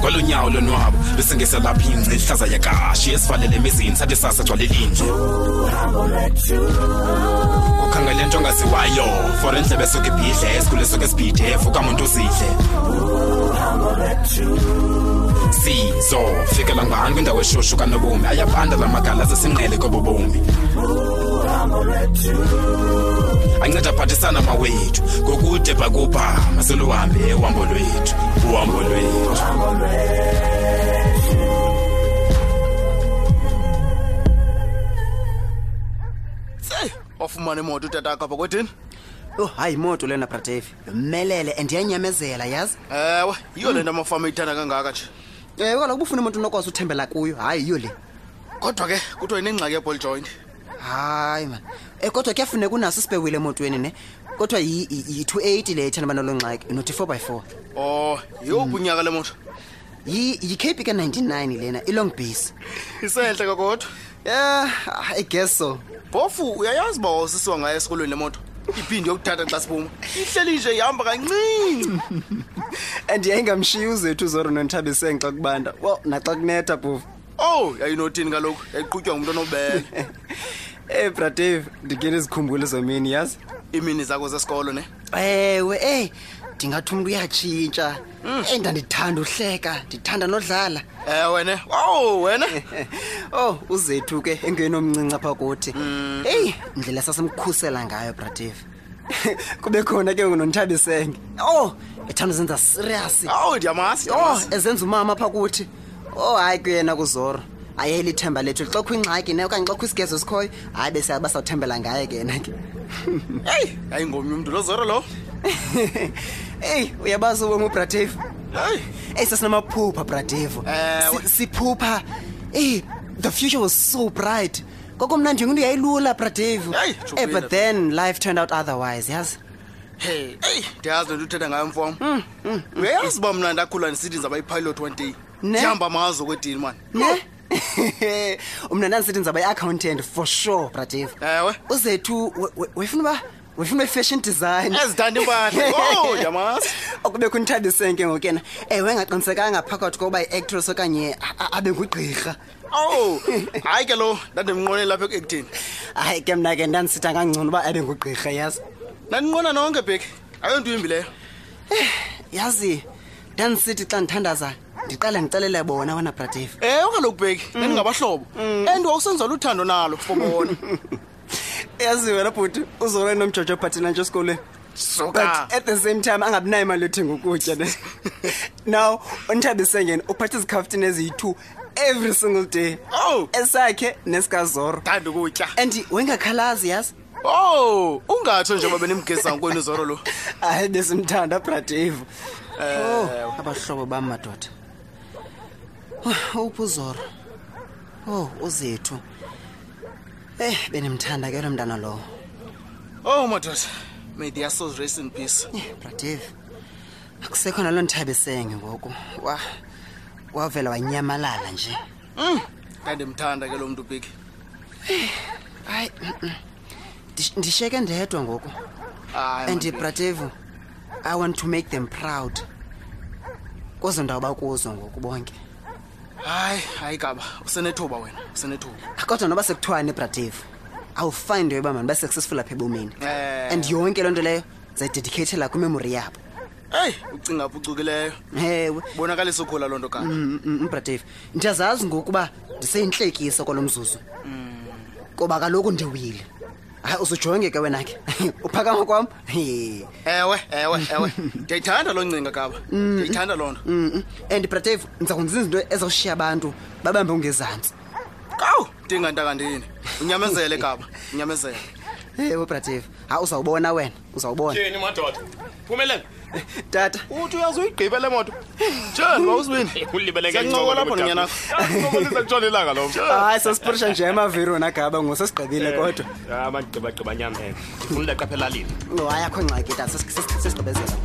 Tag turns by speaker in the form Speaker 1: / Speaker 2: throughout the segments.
Speaker 1: kwalonyawo lonwabo bese ngeselapha ingci ihlaza yakashi esivalele emizini sathi sasa gcwale linje ukhangele nto ongaziwayo for endlebe esuke ibhidle esikhule esuke esibhidef ukamuntu uzidle sizo fikela ngani kwindawo eshushu kanobomi ayabanda la magala zesinqele kobobomi anceda aphathisana mawethu ngokude bhakubhama seluhambe uhambo lwethu uhambo lwethu
Speaker 2: seyi wafumana imoto utata akho apha kwedini
Speaker 3: oh hayi imoto lena bratevi yomelele and iyanyamezela yazi
Speaker 2: ewe yiyo le nto amafama eyithanda kangaka nje
Speaker 3: ewe kaloku ubufuna Eh, umuntu unokwazi uthembela kuyo hayi yiyo le
Speaker 2: kodwa ke kuthiwa inengxaki yeball joint
Speaker 3: hayi mani um kodwa kuyafuneka unaso isibekile emotweni ne kodwa yi-two eighty le ethanda abantu longxaki no-four by four
Speaker 2: o yowuphi Oh, unyaka le moto
Speaker 3: yikhepi ka-ninety-nine lena ilong base
Speaker 2: isentle kakodwa
Speaker 3: ya i guess so
Speaker 2: phofu uyayazi uba wawusisiwa ngayo esikolweni le moto iphindi yokuthatha xa siphuma ihleli nje ihamba kancinci
Speaker 3: and yayingamshiyi uzethu zoro nonthabiseng xa kubanda wo naxa kunetha bhofu
Speaker 2: owu Oh, yayinothini kaloku yayiqutywa ngumntu onobele
Speaker 3: ey bradave ndike ndizikhumbulo zomini yazi
Speaker 2: iimini zakho zesikolo ne
Speaker 3: ewe eyi ndingathi umntu uyatshintsha eyi ndandithanda uhleka ndithanda nodlala
Speaker 2: um wena owu wena
Speaker 3: oh uzethu ke engeni omncinci apha kuthi eyi ndlela sasimkhusela ngayo bradave kube khona ke nonithabisenge oh ethanda uzenza serious
Speaker 2: owu ndiyamasi
Speaker 3: oh
Speaker 2: ndiyamasi.
Speaker 3: ezenza umama apha kuthi oh hayi ke yena kuzoro ayeli ithemba lethu xa kho ingxaki ne okanye xa kho isigezo sikhoyo hayi besabasawuthembela ngaye ke yena ke
Speaker 2: eyi yayingomnye umntu lozoro lo
Speaker 3: eyi uyabazi ubomi ubradevo
Speaker 2: heyi
Speaker 3: eyi sasinamaphupha bradevo
Speaker 2: Ewe.
Speaker 3: Si- siphupha eyi the future was so bright koko mna njengento yayilula bradevo
Speaker 2: Hey,
Speaker 3: Eh,
Speaker 2: jubile.
Speaker 3: but then life turned out otherwise yazi
Speaker 2: hey eyi ndiyazi le nto uthetha ngayo mfom
Speaker 3: Mm,
Speaker 2: uyayazi uba mna ndakhula ndisithi ndizawuba yipilot one day
Speaker 3: Ne?
Speaker 2: ndihamba amazwe kwedini mani
Speaker 3: ne umna ndandisithi ndizawuba yi-accountant for sure bradevo
Speaker 2: ewe
Speaker 3: uzethu we- we- wayefuna uba wayefuna i-fashion design
Speaker 2: ezithanda impahla Oh, owu ndiyamasi
Speaker 3: okubekho unthabisenke ngokena ewe engaqinisekanga phakathi kokuba yi-actress okanye a- a- abe ngugqirha
Speaker 2: owu Oh, hayi ke lo ndandimnqonela apha ekuektini
Speaker 3: hayi ke mna ke ndandisitha kangcono uba abe ngugqirha yazi
Speaker 2: ndandinqona nonke bheki ayonto imbileyo
Speaker 3: yazi ndandisithi xa ndithandaza ndiqale ndicelele bona wena bradeve
Speaker 2: ewe kaloku Eh, bheki
Speaker 3: Mm.
Speaker 2: nandingabahlobo and wawusenza luthando nalo for bona
Speaker 3: yazi wena bhuti uzole nomjojo bhathina nje esikolweni
Speaker 2: suka
Speaker 3: but at the same time angabi nayo imali yothenga ukutya ne now unthabisengene uphatha izikhafutini eziyi-two every single day
Speaker 2: owu
Speaker 3: esakhe nesikazoro
Speaker 2: thanda Oh, ukutya
Speaker 3: and wengakhalazi yazi
Speaker 2: owu ungatsho njengoba benimgesango kwenu zoro lo
Speaker 3: hayi besimthanda bradeve oh abahlobo bam madoda Oh, uphi uzoro oh uzethu eyi bendimthanda ke lo mntana lowo
Speaker 2: owu Oh, madoda may their souls rest in peace
Speaker 3: Eh, bradeve akusekho naloo ndithabisenge ngoku wa wavela wanyamalala nje
Speaker 2: ndandimthanda ke lo mntu bheki
Speaker 3: hayi mm, mm. Ndish- ndishiyeke ndedwa ngoku
Speaker 2: Hayi,
Speaker 3: and
Speaker 2: man, Bheki.
Speaker 3: bratevu i want to make them proud kwezo ndawo bakuzo ngoku bonke
Speaker 2: hayi hayi gaba usenethuba wena usenethuba
Speaker 3: kodwa noba sekuthiwani bratevu awufani into yoba mani ba-successful apha ebomini
Speaker 2: Eh.
Speaker 3: and yonke loo nto leyo zayidedikhethela kwimemori yabo
Speaker 2: eyi ucinga aphucukileyo
Speaker 3: ewe
Speaker 2: bonakalisa ukhula loo nto kanti
Speaker 3: bratevu ndiyazazi ngokuba ndiseyintlekisa kwalo mzuzu kuba kaloku ndiwile hayi uzujonge ke wena ke uphakama kwam He.
Speaker 2: ewe ewe ewe ndiyayithanda loo ncinga gaba ndiyayithanda loo nto
Speaker 3: Mm, mm. and bratevu ndiza kwenza izinto ezawushiya abantu babambe ungezantsi
Speaker 2: kawu ndingantakandini unyamezele gaba unyamezele
Speaker 3: ewe bratevu hayi uzawubona wena uzawubona
Speaker 4: tyeni madoda phumelele
Speaker 3: tata
Speaker 2: uthi uyaze uyigqibe le moto jeni mawusibini Siyancokola apho nonyanakho.
Speaker 4: nonyanakhoizakutshonelanga lo
Speaker 3: hayi sasipurisha Ah, nje amaviro nagaba ngosesigqibile kodwa
Speaker 4: amandigqibagqiba nyam em ndifuna ndaqapha elalini
Speaker 3: Oh, hayi akho ngxaki tata Sesigqi- sesigqi- sesigqibezela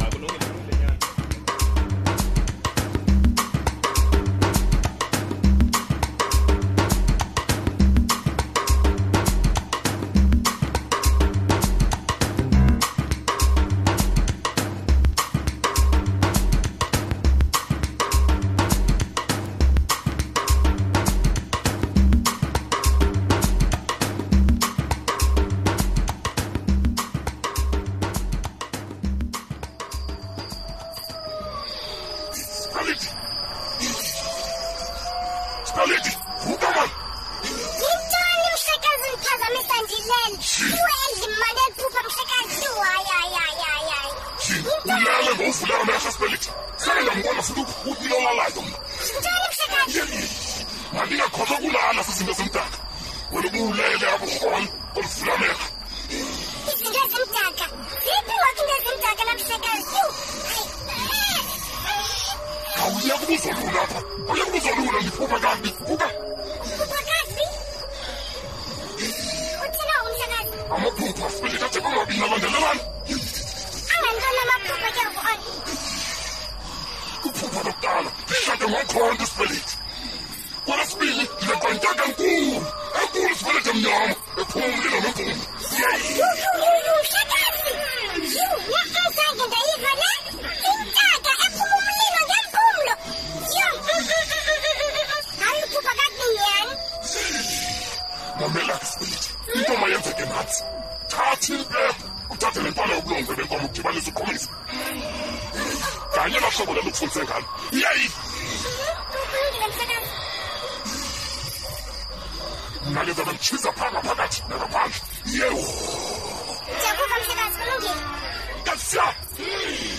Speaker 5: uvuleka mehla sibelitha sele ndambona futhi ulolalayo mna yeyeli mandingakhohlwa kulala zizinto zimdaka wena ubuwulele aburhona oluvula mehla
Speaker 6: izinto ezimdaka ziphi wakho into ezimdaka namhlekazi
Speaker 5: khawuyeka ubuzolula apha uyeka ubuzolula ndiphupha kambi phupha
Speaker 6: ubakazi uthina umhlekazi
Speaker 5: amaphupha sibelitha de kungabini abandelelana
Speaker 6: angantoni amaphupha ke on
Speaker 5: uphupha lokuqala ndishade ngokhonto sibelitha kwalesibini ndilekwantaka enkulu enkulu sibelitha emnyama ephuma umlilo nomvuma
Speaker 6: umhlekazi yhu yakazange ndayiva le imdaka ephuma umlilo ngempumlo yho hayi uphupha kakubi nyhani
Speaker 5: mamela ke sibelitha intoma yenzeke nathi thatha impepho uthathe nempala yobulongwe benkomo udibanise uqhumisa kanye lahlobo lelo kufundise ngalo yeyi
Speaker 6: kulungile mhlekazi
Speaker 5: mna ke zabe nditshiza phaa ngaphakathi nangaphandle yewu
Speaker 6: ndiyakuva mhlekazi kulungile
Speaker 5: kasiya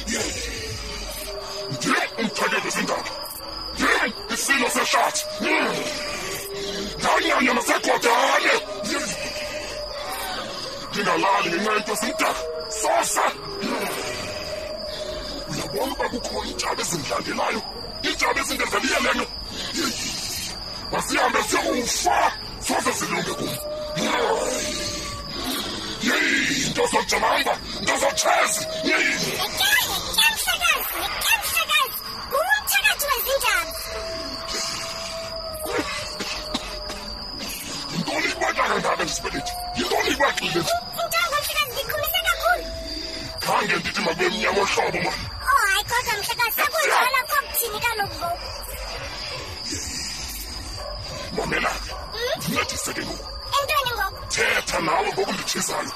Speaker 5: yeyi ndim umthakelo zindaba ndim isilo sehlathi ndanyanya nasegodane ndingalali ngenxa yento simdaka sosa uyabona uba kukho iintshaba ezindlandelayo iintshaba ezindezaliyeleno masihambe siyokufa soze zilunge kum yeyi into zojamamba into zotshezi yeyi yintoni ibakala ngabe ndisibelethi yintoni ibakile nje khange ndithi makube mnyama ohlobo ma mamela ke ndincedise ke ngoku thetha nawe ngoku nditshisayo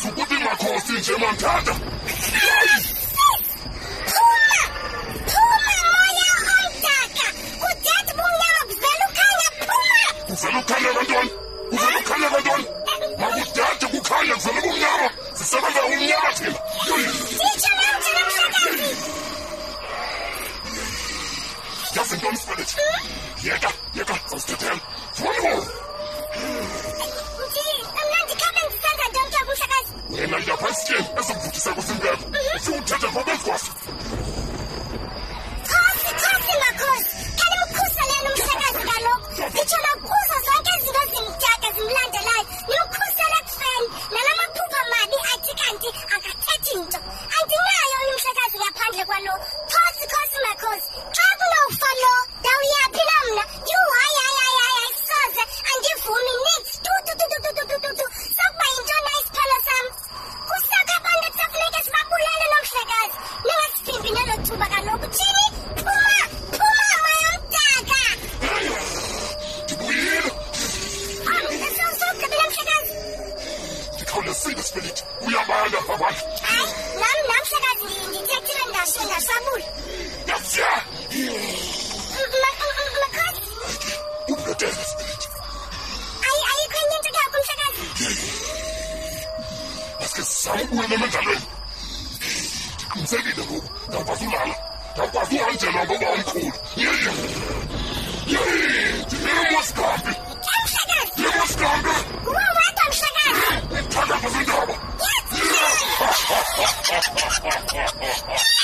Speaker 5: sukuthi makhosi nje mamthatha kuvele ukhanya abantwana kuvele ukhanya abantwana makudade kukhanya kuvele ubumnyama sisebenza umnyama thina yazi ntoni sibelethi yeka yeka zawusithethela fumbo wena ndiyapha isityeni esimvuthise kwisimpepho siwuthethe ngobezigwasa
Speaker 6: Nditsho nakuzo zonke izinto zimdaka zimlandelayo nimkhusele ekufeni nala maphupha mabi athi kanti akathethi nto andinayo umhlekazi ngaphandle kwalo khosi khosi makhosi xa kunowufa lo ndawuyaphi na mna yuhayi hayi hayi hayi hayi soze andivumi nix tu tu tu tu tu tu tu tu tu sokuba yintoni ayisiphelo sam kusekho abantu ekusafuneka sibabulele lo mhlekazi ningasivimbi nelo thuba kaloku thini phuma phuma wayomdaka
Speaker 5: ndibuyile
Speaker 6: sewusogqibile mhlekazi
Speaker 5: ndikhawulezile sibelethi uyabanda abantu
Speaker 6: hayi nam namhlekazi ndithethile ndasho ndasabula
Speaker 5: yasiya
Speaker 6: makhosi
Speaker 5: ubhetele sibelethi
Speaker 6: ayi ayikho enye into kakho mhlekazi
Speaker 5: maske sizame ubuyela emendlalweni ndiqinisekile ngoku ndawukwazi ulala ndawukwazi uhanjelwa ngoba omkhulu yeyi yeyi ndinemosikampi
Speaker 6: mhlekazi
Speaker 5: nemosikampi
Speaker 6: nguwo wedwa mhlekazi
Speaker 5: thakaza zendaba
Speaker 6: yes